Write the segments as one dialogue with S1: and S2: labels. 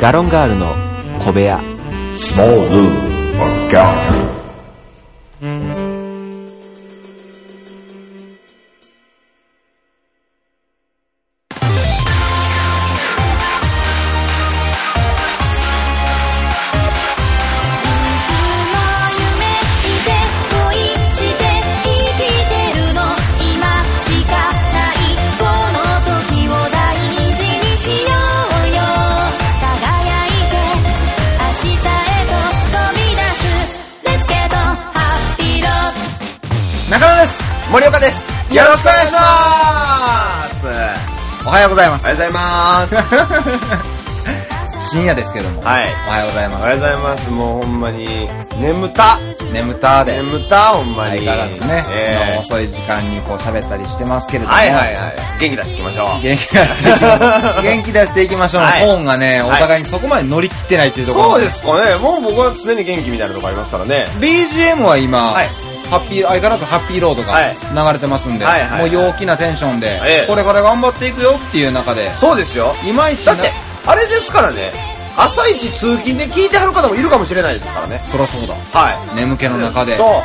S1: ガロンガールの小部屋
S2: Small Room or Dark Room.
S3: いつも夢見て恋して生きてるの今しかないこの時を大事にしようよ輝いて明日へと飛び出す Let's get on happy road
S4: 中野です森岡ですよろしくお願いしますおはようございます
S5: おはようございます。
S4: 深夜ですけども、
S5: はい
S4: おはようござい
S5: お
S4: ま
S5: はようございます。もうほんまに、眠た。
S4: す眠たーで
S5: 眠た、ほんま
S4: 相
S5: に。
S4: 変わらずね、
S5: え
S4: まあ
S5: え
S4: 遅い時間にこう喋ったりしてますけれども、
S5: はいはいはい。元気出していきましょう。
S4: 元気出していきまし ょう元気出していきましょうの
S5: はい
S4: トーンがねお
S5: はい
S4: 互いにそこまで乗り切ってないというところ
S5: そうですかね。もう僕は常に元気みたいなとこありますからね。
S4: BGM は今、
S5: はい
S4: ハッピー相変わらずハッピーロード
S5: はい
S4: が流れてますんで、
S5: はいはいはい
S4: もう陽気なテンションで、
S5: ええ
S4: これから頑張っていくよっていう中で
S5: そうですよ。
S4: いまいち
S5: だ
S4: な
S5: って、あれですからね。朝一通勤で聞いてはる方もいるかもしれないですからね。
S4: そらそうだ
S5: はい。
S4: 眠気の中で
S5: そ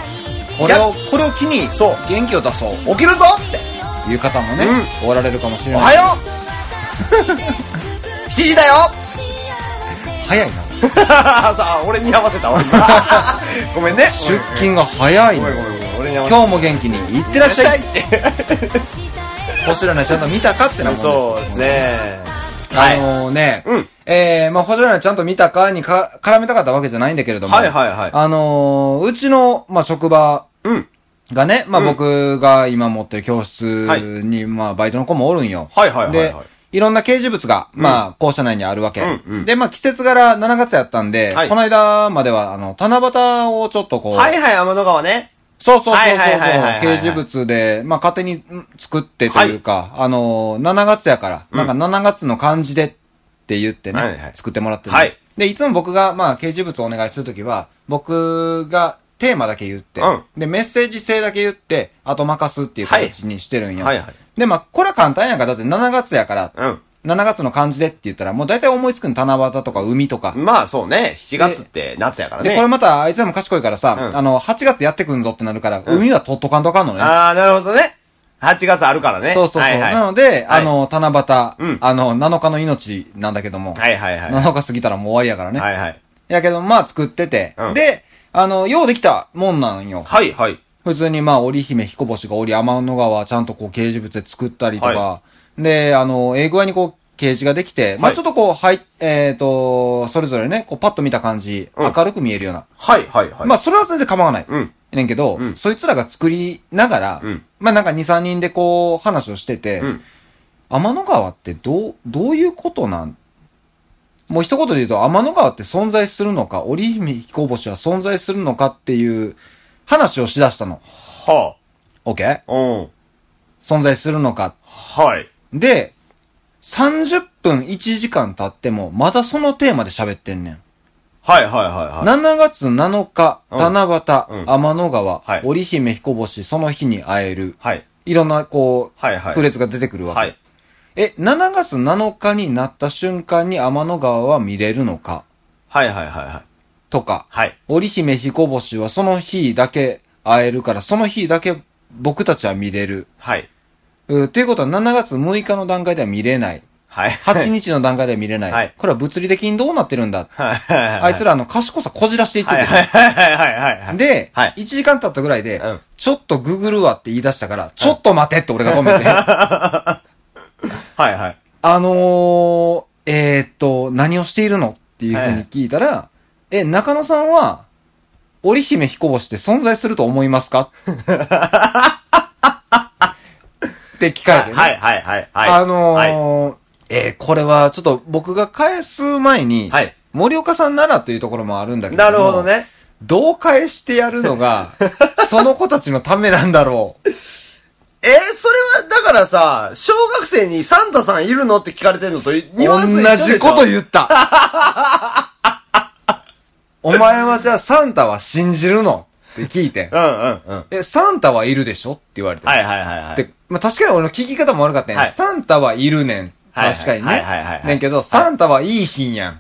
S5: う。
S4: これを
S5: い
S4: これを機に
S5: そう
S4: 元気を出そう
S5: 起きるぞって。
S4: という方もね、おられるかもしれ
S5: お
S4: ない
S5: はよ う !7 時だよ
S4: 早いな
S5: さあ、俺に合わせたわ。 ごめんね。
S4: 出勤が早い
S5: ご
S4: の
S5: めんごめんごめん。俺に合わせた。
S4: 今日も元気にいってらっしゃい星野菜ちゃんと見たかってなもんですよ
S5: そうですね。
S4: あのね、
S5: うん
S4: えー、まあ、星野菜ちゃんと見たかにか絡めたかったわけじゃないんだけれども、
S5: はいはいはい
S4: あのーうちの、まあ、職場
S5: うん。
S4: がね、まあ、
S5: うん
S4: 僕が今持ってる教室
S5: はい
S4: に、まあ、バイトの子もおるんよ。
S5: はいはいはいはい
S4: で、いろんな掲示物が、まあ、校舎内にあるわけ。
S5: うんうん
S4: で、まあ、季節柄7月やったんで、
S5: はい
S4: この間までは、あの、七夕をちょっとこう、
S5: はいはい、天の川ね。
S4: そうそうそうそう
S5: は
S4: そう、
S5: いはいはいはいはい
S4: 掲示物で、まあ、勝手にん作ってというか、あのー、7月やから、なんか7月の漢字でって言ってね、
S5: はいはい
S4: 作ってもらってる、
S5: はい
S4: で、いつも僕が、まあ、掲示物をお願いするときは、僕がテーマだけ言って、
S5: うん
S4: で、メッセージ性だけ言って、あと任すっていう形にしてるんや。
S5: はいはいはい
S4: で、まあ、これは簡単やんか。だって7月やから、
S5: うん。
S4: 7月の漢字でって言ったら、もう大体思いつくん七夕とか海とか、
S5: まあそうね、7月って夏やからね。
S4: で、これまた、あいつらも賢いからさ、
S5: うん
S4: あの、8月やってくんぞってなるから、海は取っとかんとあかんのね。
S5: ああ、なるほどね。8月あるからね。
S4: そうそうそう。
S5: はいはい
S4: なので、
S5: はい
S4: あの、七夕、
S5: うん
S4: あの、7日の命なんだけども、
S5: はいはいはい。
S4: 7日過ぎたらもう終わりやからね。
S5: はいはい。
S4: やけど、まあ作ってて、
S5: うん
S4: で、あの、ようできたもんなんよ。
S5: はいはい。
S4: 普通にまあ、織姫彦星が織天の川ちゃんとこう、掲示物で作ったりとか、
S5: は
S4: で、あの、ええ具合にこう、掲示ができて、まあちょっとこう、はい、えっ、と、それぞれね、こう、パッと見た感じ、
S5: うん
S4: 明るく見えるような。
S5: はいはいはい。
S4: まあ、それは全然構わない。
S5: うん
S4: ねんけど、
S5: うん
S4: そいつらが作りながら、
S5: うん
S4: まあなんか2、3人でこう、話をしてて、
S5: うん
S4: 天の川ってどう、どういうことなんもう一言で言うと、天の川って存在するのか、織姫彦星は存在するのかっていう話をしだしたの。
S5: は
S4: OK?
S5: あ。うん。
S4: 存在するのか。
S5: はい。
S4: で、30分1時間経っても、まだそのテーマで喋ってんねん。
S5: はいはいはいはい。
S4: 7月7日、
S5: うん
S4: 七夕、
S5: うん
S4: 天の川、
S5: はい
S4: 織姫彦星、その日に会える。
S5: はい。
S4: いろんな、こう、
S5: はいはい
S4: フレーズが出てくるわけ。
S5: はい。
S4: え、7月7日になった瞬間に天の川は見れるのか
S5: はいはいはいはい。
S4: とか、
S5: はい。
S4: 織姫彦星はその日だけ会えるから、その日だけ僕たちは見れる。
S5: はい。
S4: うということは7月6日の段階では見れない。
S5: はい。
S4: 8日の段階では見れない。
S5: はい
S4: これは物理的にどうなってるんだ。
S5: はいはいはい。
S4: あいつらあの賢さこじらしていってて、
S5: はいはいはいはいはいはい。
S4: で、
S5: はい
S4: 1時間経ったぐらいで、
S5: うん
S4: ちょっとググるわって言い出したから、ちょっと待てって俺が止 めて、
S5: はいはい。
S4: あのー、えー、っと、何をしているのっていうふうに聞いたら、え、中野さんは、織姫彦星って存在すると思いますかって聞かれて、ね
S5: はいはいはいはい。
S4: あの
S5: は
S4: ー
S5: い
S4: えーこれはちょっと僕が返す前に、
S5: はい
S4: 森岡さんならというところもあるんだけども
S5: なるほどね。
S4: どう返してやるのが、その子たちのためなんだろう。
S5: えーそれは、だからさ、小学生にサンタさんいるのって聞かれてんのと、ニュアンス一緒
S4: 同
S5: でしょ
S4: じこと言った。お前はじゃあサンタは信じるのって聞い て。
S5: うんうんうん。
S4: え、サンタはいるでしょって言われて。
S5: はいはいはいはい。
S4: で、まあ、確かに俺の聞き方も悪かったね、
S5: はい
S4: サンタはいるねん。
S5: はい
S4: 確かにね。
S5: はいはいはいはい
S4: ねんけど、
S5: はい
S4: サンタはいい品やん。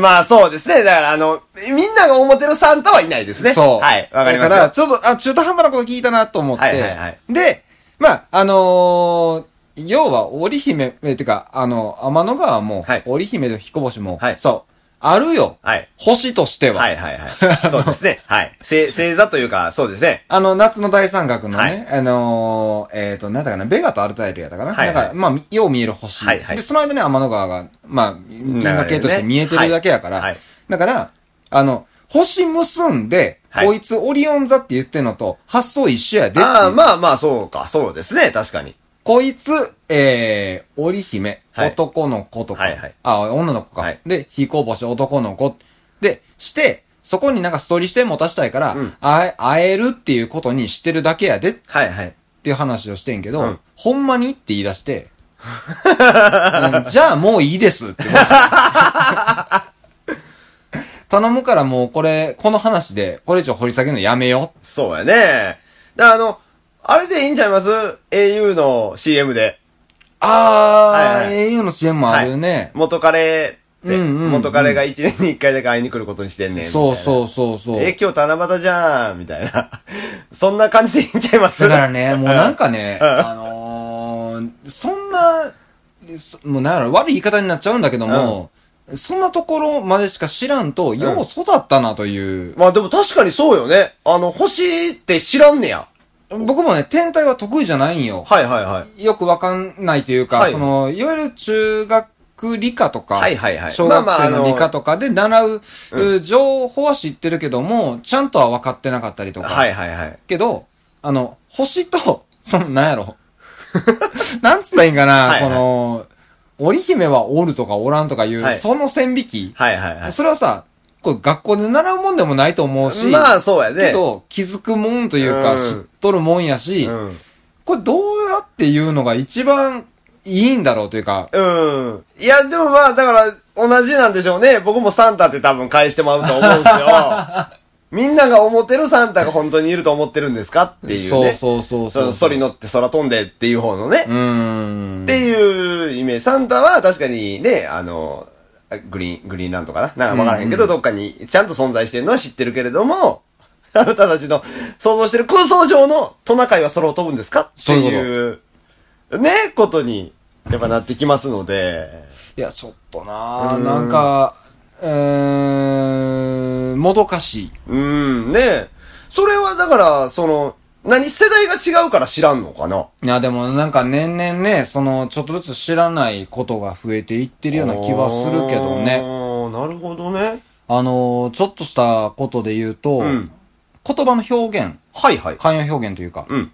S5: まあそうですね。だからあの、みんなが思ってるサンタはいないですね。
S4: そう。
S5: はい。わかり
S4: だか
S5: ます
S4: ら、
S5: よ。
S4: ちょっと、あ、中途半端なこと聞いたなと思って。
S5: はいはいはい
S4: で、まあ、あのー要は、織姫、え、てか、あの、天の川も、
S5: はい
S4: 織姫と彦星も、
S5: はい
S4: そう、あるよ。
S5: はい
S4: 星としては。
S5: はいはい はい。そうですね。はい。せ星座というか、そうですね。
S4: あの、夏の大三角のね、
S5: はい
S4: あのー、えっ、と、なんだかな、ベガとアルタイルやったかな。
S5: はいはい
S4: だから、まあ、よう見える星。
S5: はいはい
S4: で、その間ね、天の川が、まあ、銀河系として見えてるだけやから、
S5: はいはい
S4: だから、あの、星結んで、
S5: はい
S4: こいつオリオン座って言ってんのと、発想一緒やでっていう
S5: ああ、まあまあ、そうか。そうですね。確かに。
S4: こいつ、えー、織姫、
S5: はい
S4: 男の子とか、
S5: はいはい
S4: あ、女の子か。
S5: はい
S4: で、彦星、男の子。で、して、そこになんかストーリー視点持たしたいから、
S5: うん
S4: あえ会えるっていうことにしてるだけやでっ
S5: はいはい。
S4: ていう話をしてんけど、
S5: うん
S4: ほんまにって言い出して、うん じゃあもういいですって思って 頼むからもうこれ、この話で、これ以上掘り下げるのやめよう。
S5: そうやね。だからあの、あれでいいんちゃいます ?au の CM で。
S4: あー、
S5: はいはい
S4: au の CM もあるね。
S5: 元彼って、
S4: うんうんうん
S5: 元彼が1年に1回だけ会いに来ることにしてんねん。。
S4: そうそううそうそう。
S5: え、今日七夕じゃん、みたいな。 そんな感じでいいんちゃいま
S4: だ
S5: す
S4: からね、もうなんかね、あのー、そんな、そもうなんやろ、悪い言い方になっちゃうんだけども、そんなところまでしか知らんと、よう育ったなという、
S5: まあでも確かにそうよね。あの、星って知らんねや。
S4: 僕もね、天体は得意じゃないんよ。
S5: はいはいはい。
S4: よくわかんないというか、
S5: はい
S4: その、いわゆる中学理科とか、
S5: はいはいはい
S4: 小
S5: まあ
S4: 学
S5: まあ
S4: 生
S5: あ
S4: の
S5: の
S4: 理科とかで習う、う情報は知ってるけども、ちゃんとは分かってなかったりとか、
S5: はいはいはい。
S4: けど、あの、星と、 その、なんやろ。なんつったらいいんかな、
S5: はいは
S4: こ
S5: い
S4: の、織姫はおるとかおらんとかいう、
S5: はい
S4: その線引き、
S5: はいはいはい。
S4: それはさ、これ学校で習うもんでもないと思うし、
S5: まあそうやね。
S4: けど、気づくもんというか、
S5: うん
S4: 知っとるもんやし、
S5: うん。
S4: これどうやって言うのが一番いいんだろうというか、
S5: うん。いや、でもまあ、だから、同じなんでしょうね。僕もサンタって多分返してもらうと思うんです よ。みんなが思ってるサンタが本当にいると思ってるんですかっていう
S4: そう
S5: ね。う
S4: そうそうそ
S5: その
S4: う。
S5: ソリ乗って空飛んでっていう方のね。
S4: うーん。
S5: っていうイメージ。サンタは確かにね、あの、グリーン、グリーンランドかななんかわからへんけど、どっかにちゃんと存在してるのは知ってるけれども、 あなたたちの想像してる空想上のトナカイは空を飛ぶんですかって
S4: そういうこと
S5: いう、ね、ことに、やっぱなってきますので、
S4: いや、ちょっとなぁ、なんか、うーん、もどかしい。
S5: うん、ねえそれはだから、その、何世代が違うから知らんのかない
S4: や、でもなんか年々ね、その、ちょっとずつ知らないことが増えていってるような気はするけど
S5: あ
S4: ね。
S5: ー。なるほどね。
S4: あのー、ちょっとしたことで言うと、
S5: うん
S4: 言葉の表現、
S5: はいはい。
S4: 慣用表現というか、
S5: うん。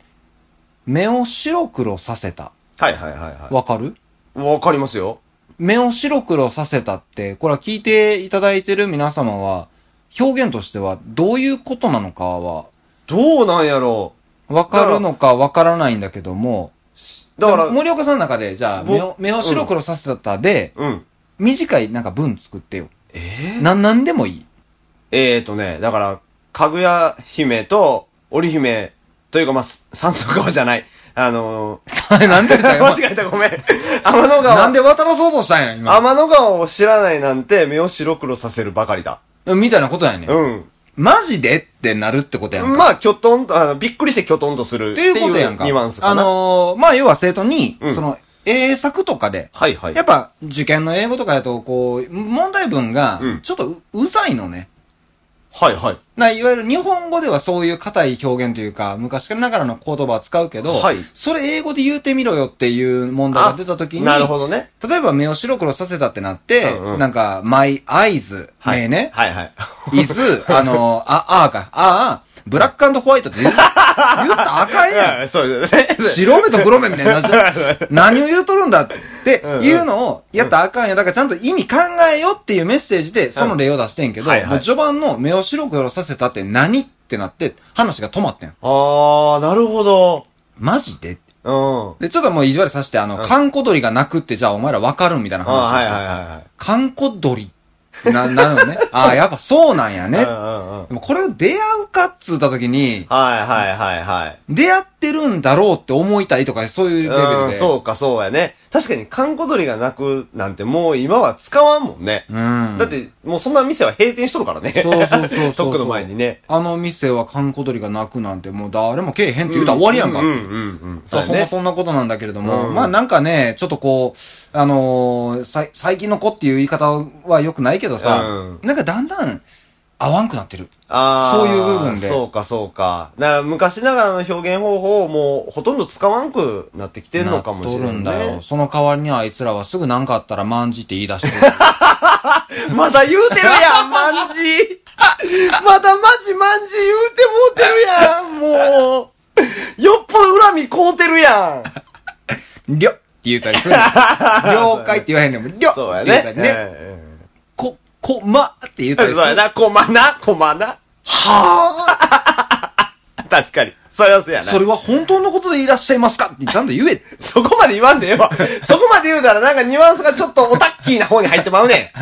S4: 目を白黒させた。
S5: はいはいはいは
S4: わかる
S5: い。わかりますよ。
S4: 目を白黒させたって、これは聞いていただいてる皆様は、表現としてはどういうことなのかは、
S5: どうなんやろ
S4: わかるのかわからないんだけども、
S5: う。だから、
S4: 森岡さんの中で、じゃあ、
S5: ぼ
S4: 目を目を白黒させたで、
S5: うん。
S4: 短いなんか文作ってよ。
S5: えー、
S4: な、なんでもいい。
S5: えーとね、だから、かぐや姫と織姫というか、まあ、三足川じゃない。あの
S4: なんで
S5: ー、 間違えた ごめん。天の川。
S4: なんで渡ろそうとしたんや、今。
S5: 天の川を知らないなんて目を白黒させるばかりだ。
S4: みたいなことやね、ん。
S5: うん。
S4: マジでってなるってことやんか。
S5: まあ、きょとんと、あの、びっくりしてきょとんとする。
S4: っていうことやんか。
S5: ニュアンスか
S4: あ
S5: な。
S4: のー、まあ、要は生徒に、
S5: うん
S4: その、英作とかで、
S5: はいはい。
S4: やっぱ、受験の英語とかだと、こう、問題文が
S5: うん、
S4: ちょっとう、うざいのね。
S5: はいはい。
S4: ないわゆる日本語ではそういう硬い表現というか、昔ながらの言葉を使うけど、
S5: はい
S4: それ英語で言うてみろよっていう問題が出た時に、
S5: なるほどね。
S4: 例えば目を白黒させたってなって、
S5: うんうん
S4: なんか、my eyes,
S5: はい。
S4: 目ね、
S5: はいはい。
S4: いず、あの、あ、あーか、あー、ブラックホワイトって言う 言ったらあかん やん。
S5: そうですね。
S4: 白目と黒目みたいな。 何を言うとるんだって
S5: うんうん
S4: いうのをやったらあかんや。だからちゃんと意味考えよっていうメッセージでその例を出してんけど、
S5: はいはい
S4: もう序盤の目を白黒させたって何ってなって話が止まってん。
S5: あー、なるほど。
S4: マジで
S5: うん。あ
S4: で、ちょっともう意地悪させて、あの、カンコ鳥が鳴くってじゃあお前らわかるみたいな
S5: ー
S4: 話を
S5: は
S4: し
S5: い
S4: て。
S5: はいはいはい。
S4: カンコ鳥な、なのね。 ああ、やっぱそうなんやね。
S5: うんうんうん。
S4: でもこれを出会うかっつった時に、
S5: はいはいはいはい。
S4: 出会っってるんだろうって思いたいとか、そういうレベル
S5: うん
S4: で。
S5: そうか、そうやね。確かに、閑古鳥が鳴くなんてもう今は使わんもんね。
S4: うん
S5: だって、もうそんな店は閉店しとるからね。
S4: そうそうそうそうそ
S5: ト
S4: う
S5: ックの前にね。
S4: あの店は観光鳥が泣くなんてもう誰もけえへんって言うたら終わりやんか。
S5: うんうんうんうん。
S4: そう、
S5: や
S4: ほんまそんなことなんだけれども、
S5: うん
S4: まあなんかね、ちょっとこう、あのーさい最近の子っていう言い方は良くないけどさ、
S5: う
S4: なんかだんだん合わんくなってる。
S5: あー
S4: そういう部分で
S5: そうか、そうか。だから昔ながらの表現方法をもうほとんど使わんくなってきてるのかもしれない、ね。
S4: なっとるんだよ。その代わりにあいつらはすぐ何かあったらまんじって言い出して る。
S5: まだ言うてるや ん、まんじ。まだまじまんじ言うてもうてるやん、もう。よっぽど恨みこうてるやん。
S4: りょって言ったりする。了解って言わへんでも、りょって
S5: そう
S4: 言
S5: や
S4: った
S5: ね。
S4: りね。こ、こ、まって言ったりする。
S5: そうやな、こまな、こまな。はあ。 確かに。それはそうやな。
S4: それは本当のことでいらっしゃいますかってちゃんと言え。
S5: そこまで言わんでええ わ。そこまで言うたらなんかニュアンスがちょっとオタッキーな方に入ってまうね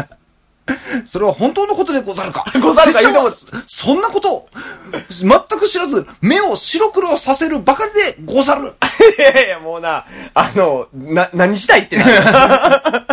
S4: それは本当のことでござるか
S5: ござるか
S4: 拙
S5: 言うて
S4: 者
S5: も
S4: はそんなことを、全く知らず、目を白黒させるばかりでござ る。
S5: ん。いやいや、もうな、あの、な、何したいってなる。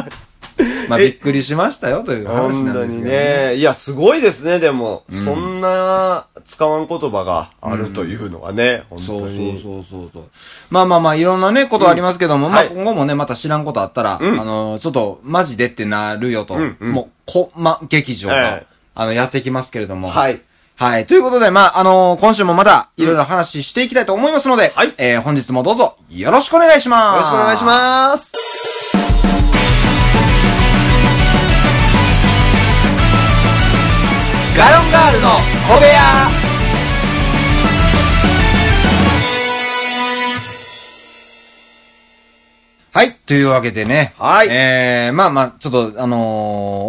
S4: まあ、
S5: え
S4: びっくりしましたよという話
S5: 本
S4: なん
S5: 当
S4: ですけ
S5: に
S4: どね。
S5: ね。いや、すごいですね、でも。そんな使わん言葉があるというのはね、本
S4: そ
S5: 当
S4: うそう
S5: に。
S4: そうそうそう。まあまあまあ、いろんなね、ことありますけども、
S5: ん
S4: まあ
S5: はい
S4: 今後もね、また知らんことあったら、あの、ちょっと、マジでってなるよと、
S5: んうん
S4: もう、こ、ま、劇場
S5: は
S4: が
S5: い、
S4: あの、やってきますけれども。
S5: はい。
S4: はい。ということで、まあ、あのー今週もまだ、いろいろ話していきたいと思いますので、
S5: はい
S4: えー本日もどうぞ、よろしくお願いします。
S5: よろしくお願いします。
S4: す。ガロンガールの小部屋はい。というわけでね。
S5: はい
S4: えー、まあまあ、ちょっと、あのー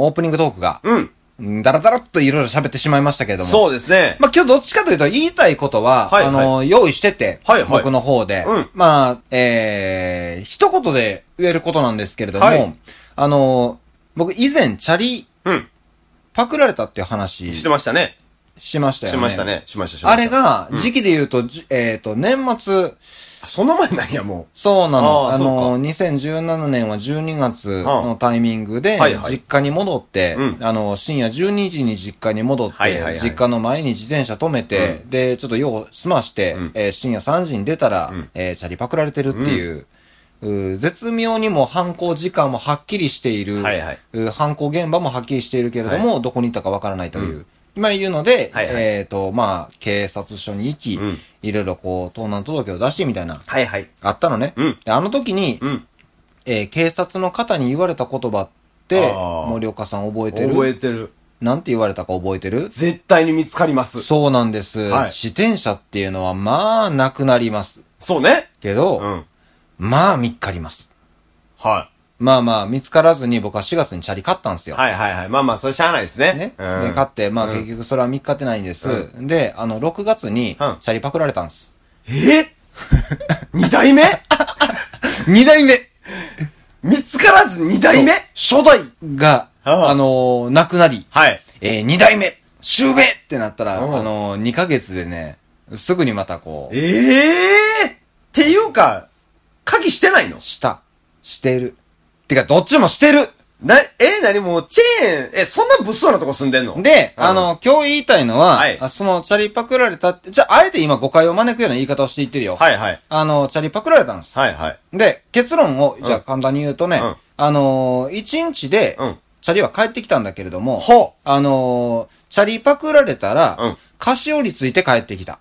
S4: オープニングトークが、
S5: うん。
S4: うん、だらだらっといろいろ喋ってしまいましたけれども。
S5: そうですね。
S4: まあ、今日どっちかというと言いたいことは、
S5: はい
S4: あの、用意してて、
S5: はいはい
S4: 僕の方で、
S5: うん
S4: まあ、えー、一言で言えることなんですけれども、
S5: はい
S4: あの、僕以前チャリ
S5: うん。
S4: パクられたっていう話
S5: してましたね。
S4: しましたよ
S5: し
S4: ね。
S5: ましたね。しました、しました。
S4: あれ、が、時期で言うと、じえっ、と、年末、
S5: そんな前なんや、も
S4: そうなの。
S5: あ
S4: あ
S5: ー
S4: の、2017年は12月のタイミングで、
S5: はいはい
S4: 実家に戻って、
S5: うん
S4: あの、深夜12時に実家に戻って、
S5: はいはいはい
S4: 実家の前に自転車止めて、で、ちょっと用を済まして、
S5: ん
S4: えー深夜3時に出たら、
S5: ん
S4: えーチャリパクられてるっていう、うー絶妙にも犯行時間もはっきりしている、
S5: はいはいう
S4: ー犯行現場もはっきりしているけれども、どこにいたかわからないという。まあいうので、
S5: はいはい
S4: えっ、と、まあ、警察署に行き、
S5: うん
S4: いろいろこう、盗難届を出しみたいな
S5: う。はいはい。
S4: あったのね。
S5: うん
S4: であの時に、
S5: うん。
S4: えー警察の方に言われた言葉って
S5: あ、ー
S4: 森岡さん覚えてる
S5: 覚えてる。
S4: なんて言われたか覚えてる
S5: 絶対に見つかります。
S4: そうなんです、
S5: はい
S4: 自転車っていうのは、まあ、なくなります。
S5: そうね。
S4: けど、
S5: うん。
S4: まあ、見っかります。
S5: は
S4: まあまあ、見つからずに僕は4月にチャリ買ったんです
S5: い。
S4: よ。
S5: はいはいはい。まあまあ、それしゃあないですね。
S4: ね。
S5: うん
S4: で、買って、まあ結局それは見っかってないんです。で、あの、6月に、チ
S5: うん
S4: ャリパクられたんです。
S5: え二代目
S4: 2代目
S5: 見つからず二代目
S4: 初代が、
S5: あー
S4: あのー、なくなり、
S5: はい。
S4: えー、二代目、終米ってなったら、
S5: うん
S4: あのー、二ヶ月でね、すぐにまたこう、
S5: ええっていうか、鍵してないの
S4: した、してる。てか、どっちもしてる
S5: な、え、なにもう、チェーン、え、そんな物騒なとこ住んでんの
S4: で、
S5: うん
S4: あの、今日言いたいのは、
S5: はい
S4: あその、チャリパクられたって、じゃあ、あえて今誤解を招くような言い方をして言ってるよ。
S5: はいはい。
S4: あの、チャリパクられたんです。
S5: はいはい。
S4: で、結論を、じゃあ
S5: うん
S4: 簡単に言うとね、
S5: うん
S4: あのー、一日で、
S5: うん
S4: チャリは帰ってきたんだけれども、
S5: ほ
S4: あのー、チャリパクられたら、
S5: うん
S4: 菓子折りついて帰ってきた。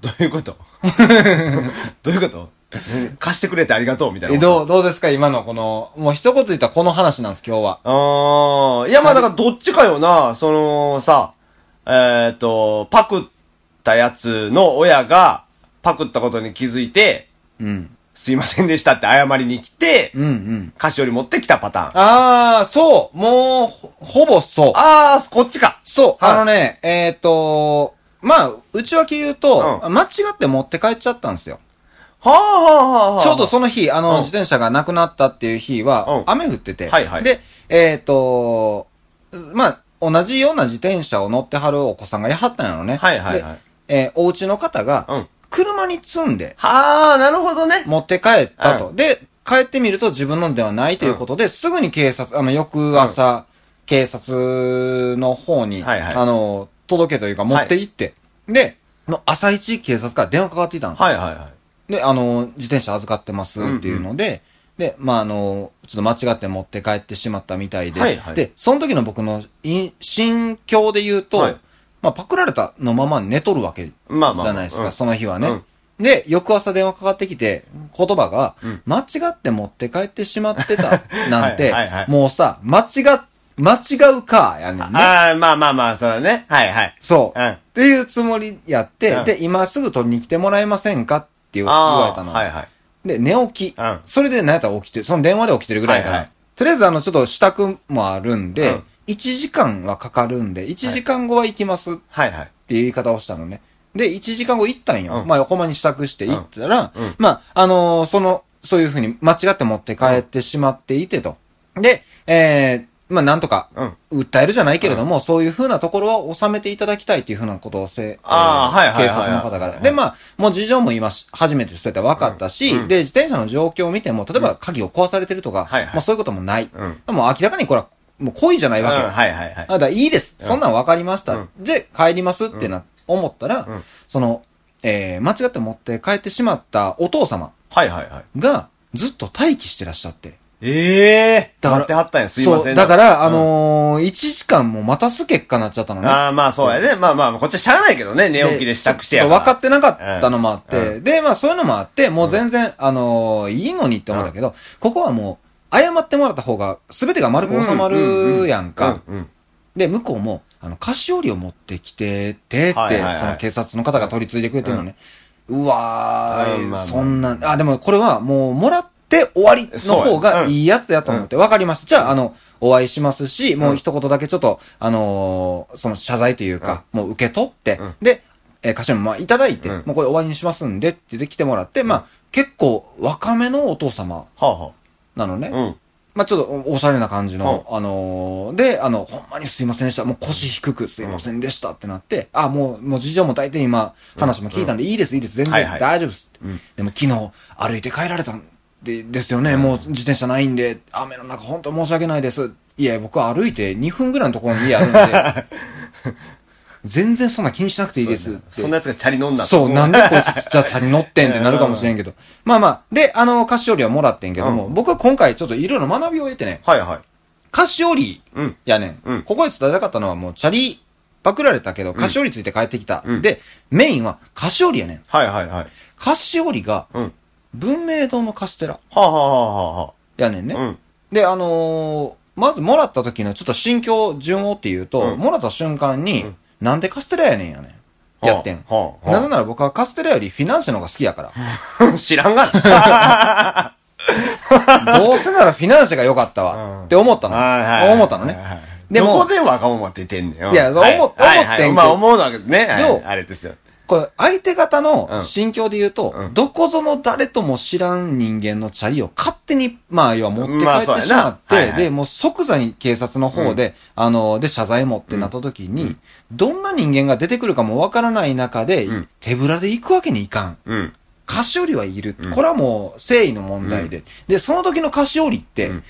S5: どういうこと どういうこと貸してくれてありがとうみたいな。
S4: え、どう、どうですか今のこの、もう一言言ったらこの話なんです、今日は。
S5: あー、いやまあだからどっちかよな、そのさ、えーっ、と、パクったやつの親が、パクったことに気づいて、
S4: うん。
S5: すいませんでしたって謝りに来て、
S4: うんうん。
S5: 菓子折り持ってきたパターン。あ
S4: あー、そうもう、ほほぼそう。
S5: あー、こっちか。
S4: そう、
S5: はい
S4: あのね、えっ、とまあ、内訳言うと、
S5: う
S4: 間違って持って帰っちゃったんですよ。
S5: はあはあはあはあ。
S4: ちょうどその日、あの、
S5: うん
S4: 自転車がなくなったっていう日
S5: うん
S4: は、雨降ってて。
S5: はいはい
S4: で、えっ、とまあ、同じような自転車を乗ってはるお子さんがやはったんやろね。
S5: はいはいはい
S4: でえーお家の方が、
S5: うん
S4: 車に積んで、
S5: はあ、なるほどね。
S4: 持って帰ったと。
S5: う
S4: で、帰ってみると自分のではないということで、すぐに警察、あの、翌朝、警察の方に、
S5: はいはい
S4: あの、届けというか持って行って、で、もう朝一警察から電話かかっていたの。
S5: はいはいはい。
S4: で、あの、自転車預かってますっていうので、で、まあ、あの、ちょっと間違って持って帰ってしまったみたいで、
S5: はいはい
S4: で、その時の僕のい心境で言うと、
S5: はい
S4: まあ、パクられたのまま寝とるわけじ
S5: まあまあまあ
S4: ゃないです
S5: うん
S4: か、その日はね。で、翌朝電話かかってきて、言葉が、間違って持って帰ってしまって た、なんて、
S5: はいはいはい
S4: もうさ、間違、間違うか、やねんね。
S5: ああ、まあまあまあ、それはね。はいはい。
S4: そう。
S5: うん
S4: っていうつもりやって、
S5: うん
S4: で、今すぐ取りに来てもらえませんかって言う言
S5: あー
S4: われたの。
S5: はいはい。
S4: で、寝起き。
S5: うん
S4: それで何やったら起きてる。その電話で起きてるぐらいから。
S5: はいはい
S4: とりあえず、あの、ちょっと支度もあるんで、
S5: うん
S4: 1時間はかかるんで、1時間後は行きますって
S5: はいはい。
S4: いう言い方をしたのね。で、1時間後行ったんよ。
S5: うん
S4: まあ、横間に支度して行ったら、
S5: うんうん
S4: まあ、あのーその、そういうふうに間違って持って帰ってしまっていてと。で、えー、まあ、なんとか、
S5: うん。
S4: 訴えるじゃないけれども、そういうふうなところは収めていただきたいっていうふうなことをせ、
S5: あー
S4: えー
S5: はいはい
S4: 警
S5: はいはい
S4: 察の方から。で、まあ、もう事情も今し、初めてそうやって分かったし、
S5: うんうん
S4: で、自転車の状況を見ても、例えば鍵を壊されてるとか、
S5: はいはい
S4: もうそういうこともない。
S5: うん
S4: もう明らかにこれは、もう故意じゃない
S5: うん
S4: わけ。
S5: はいはいはい。
S4: あ、だからいいです。そんなん分かりました。
S5: うん
S4: で、帰りますってな、思ったら、
S5: ん
S4: その、えー、間違って持って帰ってしまったお父様
S5: はいはいはい。
S4: が、ずっと待機してらっしゃって。
S5: ええ
S4: だから
S5: 待ってはったんや。すいません。
S4: そう、だから、あ
S5: うん
S4: のー、1時間も待たす結果になっちゃったのね。
S5: ああ、まあそうやね。まあまあ、こっちはしゃあないけどね。寝起きで支度してや
S4: ちょ
S5: ら。
S4: っと分かってなかったのもあって、
S5: う
S4: で、まあそういうのもあって、もう全然、あのーいいのにって思ったけど、ここはもう、謝ってもらった方が、すべてが丸く収まるやんか。
S5: うんうん。
S4: で、向こうも、あの、菓子折りを持ってきてて、って、
S5: はいはいはい
S4: その警察の方が取り継いでくれてるのね。うわー、
S5: うんまあまあ
S4: そんな、あ、でもこれはもう、もらって終わりの方
S5: そうや
S4: が
S5: うん
S4: いいやつやと思って、わ、かりました。じゃあ、あの、お会いしますし、もう一言だけちょっと、あのーその謝罪というか、もう受け取って、
S5: ん
S4: で、えー、菓子折りもまあいただいて、
S5: うん
S4: もうこれ終わりにしますんで、って言って来てもらって、まあ、結構、若めのお父様
S5: はあは
S4: なのね。
S5: あ。うん。
S4: まあ、ちょっとおおしゃれな感じの、あのーで、あの、ほんまにすいませんでした。もう腰低くすいませんでしたってなって、あ、もう、もう事情も大体今、話も聞いたんで、いいです、いいです、全然
S5: はいはい
S4: 大丈夫です、
S5: ん
S4: でも昨日、歩いて帰られたんで、ですよね、もう自転車ないんで、雨の中本当申し訳ないです。いや、僕は歩いて2分ぐらいのところに家あるん で、全然そんな気にしなくていいですって。
S5: そんなやつがチャリ乗んな。
S4: そう、なんでこいつじゃあチャリ乗ってんってなるかもしれんけど。まあまあ、で、あの、菓子折りはもらってんけども、
S5: うん
S4: 僕は今回ちょっといろいろ学びを得てね、
S5: はいはい。
S4: 菓子折り
S5: うん。
S4: やねん。
S5: うん
S4: ここで伝えたかったのはもうチャリ、パクられたけど、菓子折りついて帰ってきた。
S5: うん
S4: で、メインは菓子折りやねん。
S5: はいはいはい。
S4: 菓子折りが
S5: うん。は
S4: 文明堂のカステラ
S5: あはあはあは
S4: やねんね。
S5: あはあ。うん。
S4: で、あのーまずもらった時のちょっと心境順応っていうと、
S5: うん
S4: もらった瞬間に、
S5: うん
S4: なんでカステラやねんやねん。やってん。
S5: はあはあ
S4: なぜなら僕はカステラよりフィナンシェの方が好きやから。
S5: 知らんがな。
S4: どうせならフィナンシェが良かったわ、
S5: うん
S4: って思ったの。
S5: はいはい
S4: 思ったの
S5: は
S4: ね
S5: い。はい
S4: でも
S5: どこで若者出てんねん。
S4: いやそう
S5: は
S4: 思思
S5: はい
S4: ってんけど
S5: まあ思うわけどね。はい
S4: でも
S5: あれですよ。
S4: これ、相手方
S5: う
S4: の
S5: ん
S4: 心境で言うと、
S5: うん
S4: どこぞの誰とも知らん人間のチャリを勝手に、まあ、要は持って帰
S5: まあ
S4: ってしまっ
S5: そうやなはい
S4: て、
S5: はい
S4: で、もう即座に警察の方で、あの、で、謝罪もってなった時に、どんな人間が出てくるかもわからない中で、
S5: ん
S4: 手ぶらで行くわけにいかん。
S5: うん。
S4: 菓子折りはいる。これはもう、誠意の問題で。で、その時の菓子折りって、フ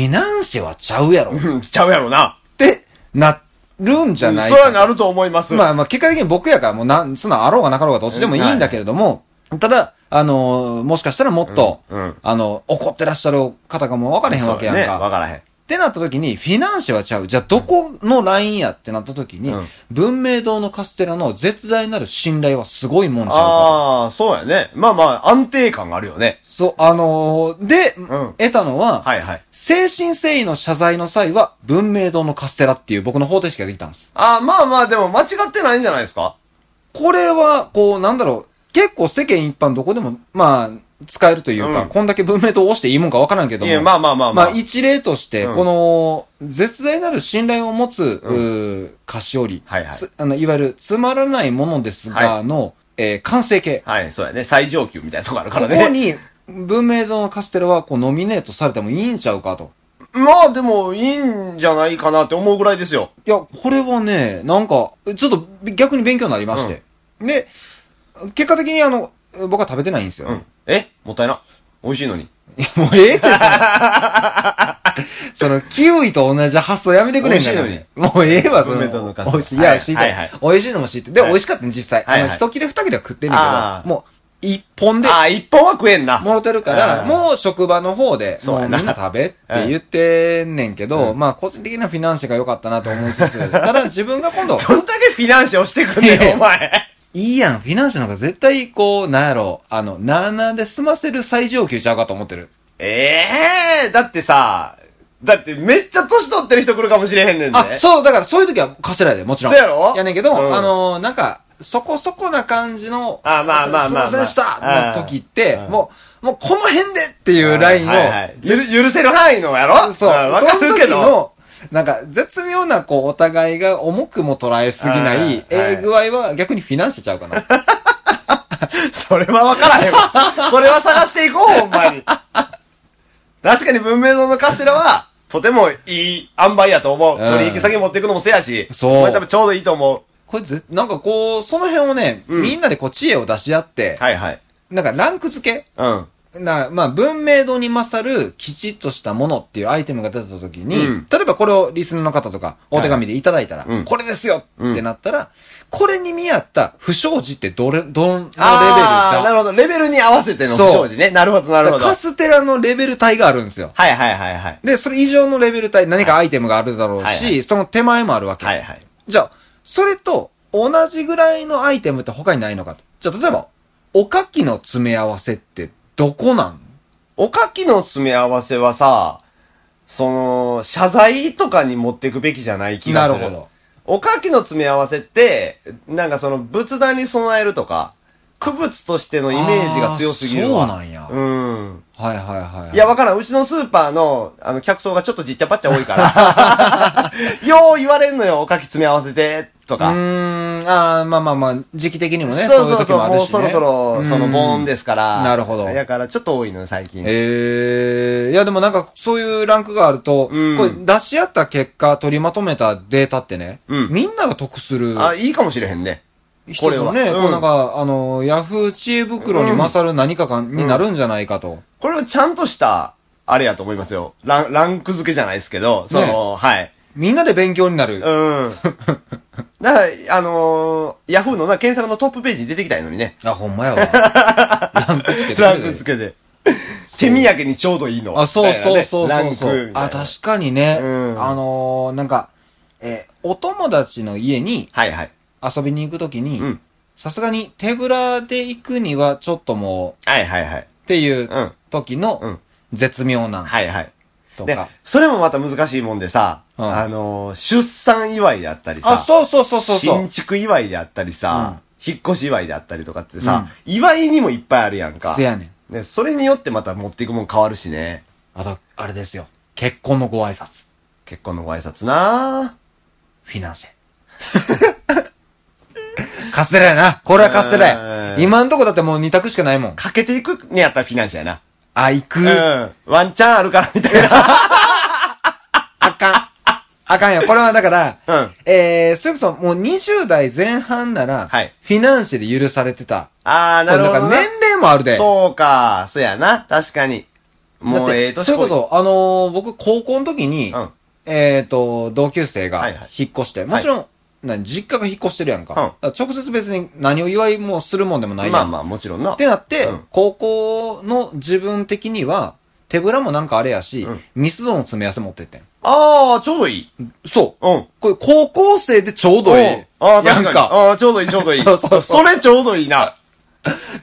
S4: ィナンシェはちゃうやろ。っ
S5: うんちゃうやろな。
S4: て、なるんじゃない
S5: そ
S4: か
S5: れ
S4: な
S5: はなると思います。
S4: まあまあ、結果的に僕やから、もうなん、そんなんあろうがなかろうがどっちでもいいんだけれども、ただ、あのーもしかしたらもっと、
S5: うんうん
S4: あの、怒ってらっしゃる方かも分からへんわけやん
S5: そうね
S4: か。
S5: わからへん。
S4: ってなった時に、フィナンシェはちゃう。じゃあ、どこのラインやってなった時に、
S5: うん
S4: 文明堂のカステラの絶大なる信頼はすごいもんちゃうかと。
S5: ああ、そうやね。まあまあ、安定感があるよね。
S4: そう、あのーで、
S5: ん
S4: 得たのは、
S5: はいはい。
S4: 精神誠意の謝罪の際は、文明堂のカステラっていう僕の方程式ができたんです。
S5: ああ、まあまあ、でも間違ってないんじゃないですか
S4: これは、こう、なんだろう、結構世間一般どこでも、まあ、使えるというか、
S5: うん
S4: こんだけ文明と押していいもんかわからんけど
S5: い
S4: も。
S5: や、まあまあまあ
S4: ま
S5: まあ。
S4: あ、一例として、
S5: うん
S4: この、絶大なる信頼を持つ、うー菓子折り、
S5: はいはい
S4: つあの、いわゆる、つまらないものですが、
S5: は
S4: の、えー完成形。
S5: はい、そうやね。最上級みたいなとこあるか
S4: こ
S5: らね。
S4: こに、文明堂のカステラは、こう、ノミネートされてもいいんちゃうかと。
S5: まあでも、いいんじゃないかなって思うぐらいですよ。
S4: いや、これはね、なんか、ちょっと逆に勉強になりまして。で、結果的にあの、僕は食べてないんですよ。
S5: うん。えもったいな。美味しいのに。
S4: いや、もうええって、そ の、その、キウイと同じ発想やめてくれんか
S5: 美
S4: ら、
S5: 味しい
S4: ね。もうええわ、その。
S5: 梅との傘
S4: 美味しい。い
S5: は
S4: や、
S5: い
S4: 知って
S5: はいはい
S4: 美味しいのも知って。で、
S5: はい
S4: 美味しかったね、実際。
S5: はいはい
S4: あの、一切れ二切れは食ってんねんけ
S5: あー
S4: ど、もう、一本で、
S5: ああ、一本は食えんな。
S4: もろてるか
S5: はいは
S4: ら、
S5: いはい
S4: もう職場の方で、
S5: そう
S4: も
S5: や
S4: う
S5: な
S4: みんな食べって言ってんねんけど、まあ、個人的なフィナンシェが良かったなと思いつ つ、ただ自分が今度、
S5: どんだけフィナンシェをしてくん
S4: い
S5: ね
S4: や
S5: ん、お前。
S4: いいやん、フィナンシェの方が絶対、こう、なんやろう、あの、7で済ませる最上級ちゃうかと思ってる。
S5: ええだってさ、だってめっちゃ年取ってる人来るかもしれへんねんで。
S4: あ、そう、だからそういう時はカステラやで、もちろん。
S5: そうやろ
S4: やねんけど、
S5: うん
S4: あのー、なんか、そこそこな感じの、
S5: あまあまあまあまあ
S4: すいませんでしたの時って、
S5: うん
S4: もう、もうこの辺でっていうラインを、
S5: はいはいゆる許せる範囲のやろ
S4: そう、
S5: んわか
S4: その
S5: るけ
S4: 時
S5: ど。
S4: の、なんか、絶妙な、こう、お互いが重くも捉えすぎな
S5: うんはい
S4: い、ええ具合は逆にフィナンシェちゃうかな。
S5: それはわからへ んわ。それは探していこう、ほんまに。確かに文明堂のカステラは、とてもいい塩梅やと思う。
S4: うん
S5: 取引先持っていくのもせやし。
S4: そう
S5: お前多分ちょうどいいと思う。
S4: これぜ、なんかこう、その辺をね、
S5: うん
S4: みんなでこう、知恵を出し合って、
S5: はいはい。
S4: なんかランク付け
S5: うん。
S4: な、まあ、文明堂に勝るきちっとしたものっていうアイテムが出た時に、
S5: うん
S4: 例えばこれをリスナーの方とかお手紙でいただいたら、
S5: うん
S4: これですよってなったら、これに見合った不祥事ってどれ、どのレベル
S5: ああー、な
S4: だ
S5: るほど。レベルに合わせての不祥事ね。なるほど、なる
S4: だから
S5: ほど。
S4: カステラのレベル帯があるんですよ。
S5: はいはいはいはい。
S4: で、それ以上のレベル帯、何かアイテムがあるだろうし、
S5: はいはい
S4: その手前もあるわけ。
S5: はいはい。
S4: じゃあ、それと同じぐらいのアイテムって他にないのかと。じゃあ、例えば、おかきの詰め合わせってどこなん
S5: おかきの詰め合わせはさ、その、謝罪とかに持っていくべきじゃない気がする。
S4: なるほど。
S5: おかきの詰め合わせって、なんかその仏壇に備えるとか、区物としてのイメージが強すぎるわ。
S4: あーそうなんや
S5: うん。
S4: はいはいはいはい。
S5: いや、わからん。うちのスーパーの、あの、客層がちょっとじっちゃばっちゃ多 いから。よう言われんのよ、おかき詰め合わせて、と
S4: う
S5: か。
S4: ーん、ああ、まあまあまあ、時期的にもね、
S5: そ
S4: そうういう
S5: そう
S4: 時
S5: そう、
S4: もあるし、ね。。
S5: もうそろそろ、その、盆ですすから。
S4: なるほど
S5: だから、ちょっと多いのよ、最近。
S4: ええいやでもなんか、そういうランクがあると、
S5: うん
S4: これ出し合った結果、取りまとめたデータってね、
S5: うん
S4: みんなが得する
S5: あ、いいかもしれへんね。
S4: 一つのね、
S5: これはうん
S4: こうなんか、あの、ヤフー知恵袋に勝る何かが、になるんじゃないかと。
S5: これはちゃんとした、あれやと思いますよ。ラン、ランク付けじゃないですけど、その、はい。
S4: みんなで勉強になる。
S5: うん。だから、あのー、ヤフーのな、検索のトップページに出てきたいのにね。
S4: あ、ほんまやわ。ランクつけて
S5: ランク付けで。手土産にちょうどいいの。
S4: あ、そうそうそう
S5: みた
S4: そ
S5: いな
S4: う
S5: ね
S4: そう、
S5: ランクみたいな
S4: あ、確かにね、
S5: うん
S4: あのー、なんか、えーお友達の家に
S5: はいはい。
S4: 遊びに行くとき
S5: う
S4: に
S5: ん、
S4: さすがに手ぶらで行くにはちょっとも
S5: はいはいはい。
S4: う、っていう
S5: うん
S4: 時
S5: う
S4: の
S5: ん
S4: 絶妙な、
S5: はいはい。
S4: と
S5: で
S4: か。、
S5: それもまた難しいもんでさ、
S4: うん
S5: あのー、出産祝いであったりさ、
S4: あ、そうそうそうそうそう
S5: 新。築祝いであったりさ、引っ越し祝いであったりとかってさ、祝いにもいっぱいあるやんか。
S4: せやねん。
S5: ね、それによってまた持っていくもん変わるしね。
S4: あと、あれですよ。結婚のご挨拶。
S5: 結婚のご挨拶な
S4: フィナン シェ。カステラやな。これはカステラや。
S5: うん
S4: 今んとこだってもう2択しかないもん。
S5: かけていくねやったらフィナンシェやな。
S4: あ、行く。
S5: うん。ワンチャンあるから、みた いな。
S4: あかん。あかんよ。これはだから、
S5: うん
S4: えー、それこそもう20代前半なら、
S5: はい
S4: フィナンシェで許されてた。
S5: あー、なるほど
S4: これ
S5: な。
S4: なんか年齢もあるで。
S5: そうか、そやな。確かに。も
S4: だっ
S5: う
S4: て
S5: ええ年
S4: それこ
S5: こ
S4: そ、あのー僕、高校の時に、
S5: うん
S4: えっ、と、同級生が
S5: はいはい
S4: 引っ越して、もちろん、何実家が引っ越してるやんか。だから直接別に何を祝いもするもんでもないやん。
S5: まあまあ、もちろんな。
S4: ってなって、
S5: うん
S4: 高校の自分的には、手ぶらもなんかあれやし、
S5: ん
S4: ミスドの詰め合わせ持ってってん。
S5: あー、ちょうどいい。
S4: そう。
S5: うん。
S4: これ高校生でちょうどいい。
S5: ああ、確
S4: な
S5: か
S4: ん
S5: に。
S4: か、
S5: ああ、ちょうどいい、ちょうどい い。
S4: そうそうそう
S5: それちょうどいいな。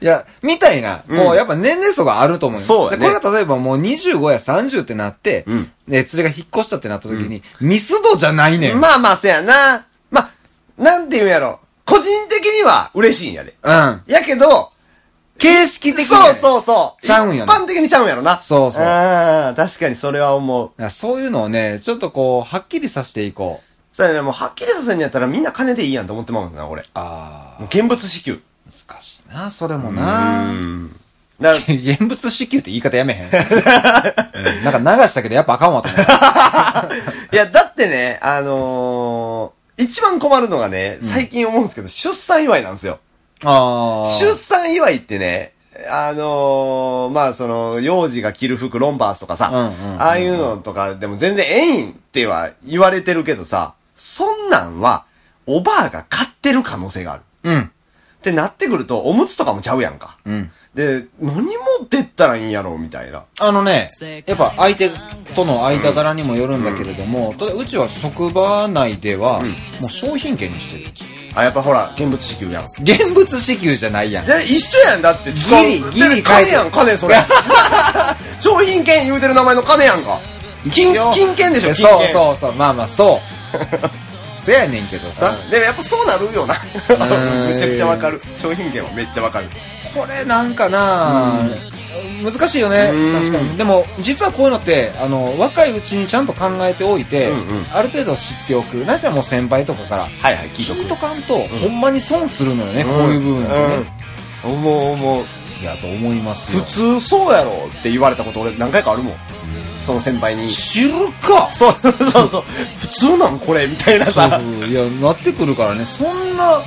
S4: いや、みたいな、
S5: ん
S4: こう、やっぱ年齢層があると思うよ
S5: そうやね
S4: でこれが例えばもう25や30ってなって、
S5: うん
S4: ね、連れが引っ越したってなった時に、ミスドじゃないねん。
S5: まあまあ、せやな。まあ、なんて言うんやろ。個人的には嬉しいんやで。
S4: うん。
S5: やけど、
S4: 形式的にね、
S5: そうそうそう。
S4: ちゃうんや
S5: 一
S4: な
S5: 般的にちゃうんやろな。
S4: そうそう
S5: ああ、確かにそれは思う。
S4: だからそういうのをね、ちょっとこう、はっきりさせていこう。
S5: それね、もうはっきりさせんのやったらみんな金でいいやんと思ってまうんだな、俺。
S4: あ
S5: もう現物支給。
S4: ー、難しいな、それも
S5: う
S4: な。
S5: ん。だ
S4: 現物支給って言い方やめへん。 うんなんか流したけどやっぱあかんわと思った。
S5: いや、だってね、あのー、一番困るのがね、最近思うんですけど、出産祝いなんですよ。
S4: あ あ。
S5: 出産祝いってね、あのー、まあ、その、幼児が着る服、ロンバースとかさ、
S4: うんうんうん
S5: ああいうのとか、でも全然縁っては言われてるけどさ、そんなんは、おばあが買ってる可能性がある。
S4: うん。
S5: ってなってくると、おむつとかもちゃうやんか。
S4: うん。
S5: で、何持ってったらいいんやろうみたいな。
S4: あのね、やっぱ相手との間柄にもよるんだけれども、ただうちは職場内では、もう商品券にしてる。
S5: あ、やっぱほら、見物支給やん。い
S4: 現物支給じゃないやん。
S5: や、一緒やん、だって、使う
S4: ギリギリ書い
S5: 金
S4: て
S5: やん、金、それ。商品券言うてる名前の金やんか。金、
S4: 一応
S5: 金券でしょ、金
S4: そう
S5: 券。
S4: そうそう、まあまあ そう。せやねんけどさ、
S5: でもやっぱそうなるよな
S4: ん
S5: めちゃくちゃわかる商品券はめっちゃわかる
S4: これなんかな、難しいよね
S5: うん
S4: 確かにでも実はこういうのってあの若いうちにちゃんと考えておいて、
S5: うんうん
S4: ある程度知っておくなしはもう先輩とかから
S5: はいはい聞いとく
S4: 聞いとかんと、ほんまに損するのよね、こういう部分ってね、
S5: うん思う思う
S4: いやと思います
S5: 普
S4: よ
S5: 通そうやろって言われたこと俺何回かあるもんその先輩に
S4: 知るか
S5: そうそうそうそう普通なんこれみたいなさ
S4: そうそういやなってくるからねそんな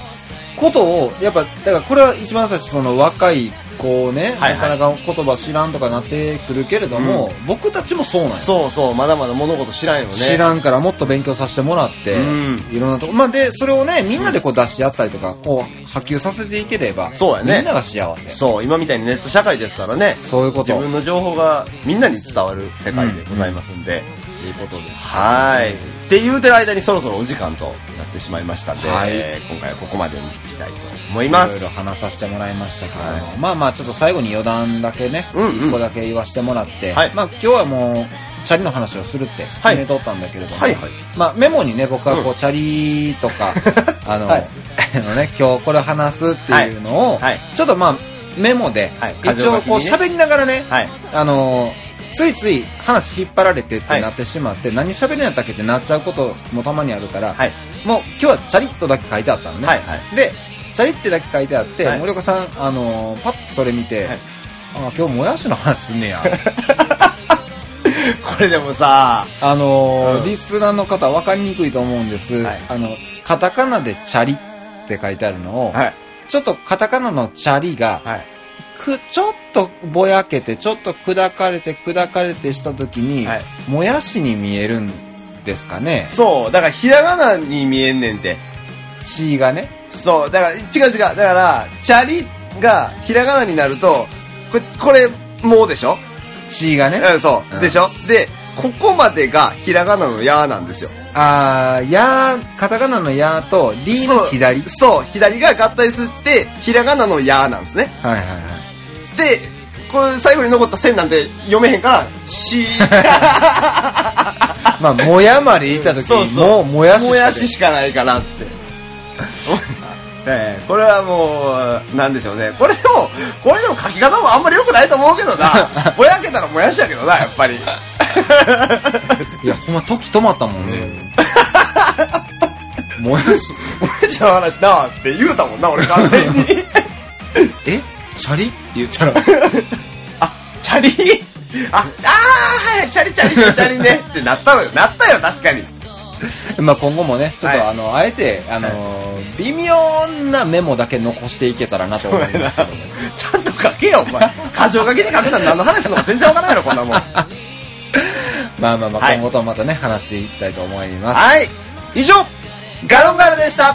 S4: ことをやっぱだからこれは一番最初その若い子をね、
S5: はいはい
S4: なかなか言葉知らんとかなってくるけれども、僕たちもそうなんよ
S5: そうそうまだまだ物事知らんよね
S4: 知らんからもっと勉強させてもらって、
S5: うん
S4: いろんなとこ、まあ、でそれをねみんなでこう出し合ったりとかこう波及させていければ
S5: そうやね
S4: みんなが幸せ
S5: そう今みたいにネット社会ですからね
S4: そういうこと
S5: 自分の情報がみんなに伝わる世界でございますんで、
S4: ということです
S5: はい。って言うてる間にそろそろお時間となってしまいましたんで、
S4: はい
S5: えー今回はここまでにしたいと思い
S4: い
S5: ま
S4: ろい
S5: す
S4: ろ。話させてもらいましたけども、
S5: は
S4: まあまあちょっと最後に余談だけね、一
S5: うんうん
S4: 個だけ言わせてもらって、
S5: はい
S4: まあ今日はもうチャリの話をするって
S5: はい
S4: 決めとったんだけれども、
S5: はいはい
S4: まあメモにね僕はこう、チャリと かあの、
S5: はい
S4: あのね今日これ話すっていうのを、
S5: はいはい
S4: ちょっとまあメモで、
S5: はい
S4: 一応こう
S5: 箇条書きにね
S4: 喋りながらね、
S5: はい。
S4: あのーついつい話引っ張られてってなってしまって、何喋るんやったっけってなっちゃうこともたまにあるから、
S5: はい。
S4: もう今日はチャリッとだけ書いてあったのね、
S5: はいはい
S4: でチャリってだけ書いてあって、
S5: はい
S4: 森岡さん、あのーパッとそれ見て、
S5: はい
S4: あ今日もやしの話すんね や
S5: これでもさ、
S4: あのー
S5: うん
S4: リスナーの方分かりにくいと思うんです、
S5: はい
S4: あのカタカナで「チャリ」って書いてあるのを、
S5: はい。
S4: ちょっとカタカナの「チャリ」が
S5: はい。
S4: くちょっとぼやけてちょっと砕かれて砕かれてした時に、
S5: はい
S4: もやしに見えるんですかね
S5: そう、だからひらがなに見えんねんて。
S4: 血がね
S5: そう、だから、違う違う。だから、チャリがひらがなになると、これ、これ、もうでしょ
S4: 血がね
S5: うん、そう。
S4: うん
S5: でしょで、ここまでがひらがなのやーなんですよ。
S4: あーやーカタカナの「や」と「り」の左はい
S5: そう、そう左が合体すって、ひらがなのやーなんですね。
S4: はいはい
S5: で、これ最後に残った線なんて読めへんから、し、
S4: まあ「もや」まで言 った時
S5: そう
S4: に
S5: そう
S4: もうもやし
S5: もやし
S4: し
S5: しかないかなって。 ええこれはもう、なんでしょうね。これでも、これでも書き方もあんまり良くないと思うけど な。ぼやけたらもやしやけどな、やっぱり。
S4: かいやほんま時止まったもんね、もや し
S5: もやしの話なって言うたもんな、俺完全に。
S4: えチャリって言ったら
S5: チャリあ、あーはい、チャリチャリチャリねってなったのよ。なったよ、確かに。
S4: まあ今後もね、ちょっと、
S5: はい
S4: あの、あえて、あのー微妙なメモだけ残していけたらなと思いますけども。
S5: ちゃんと書けよ、お前。箇条書きに書くなら何の話すのか全然わからないの、こんなもん。は
S4: まあまあまあ、
S5: はい
S4: 今後ともまたね、話していきたいと思います。
S5: い。
S4: 以上
S5: ガロンガールでした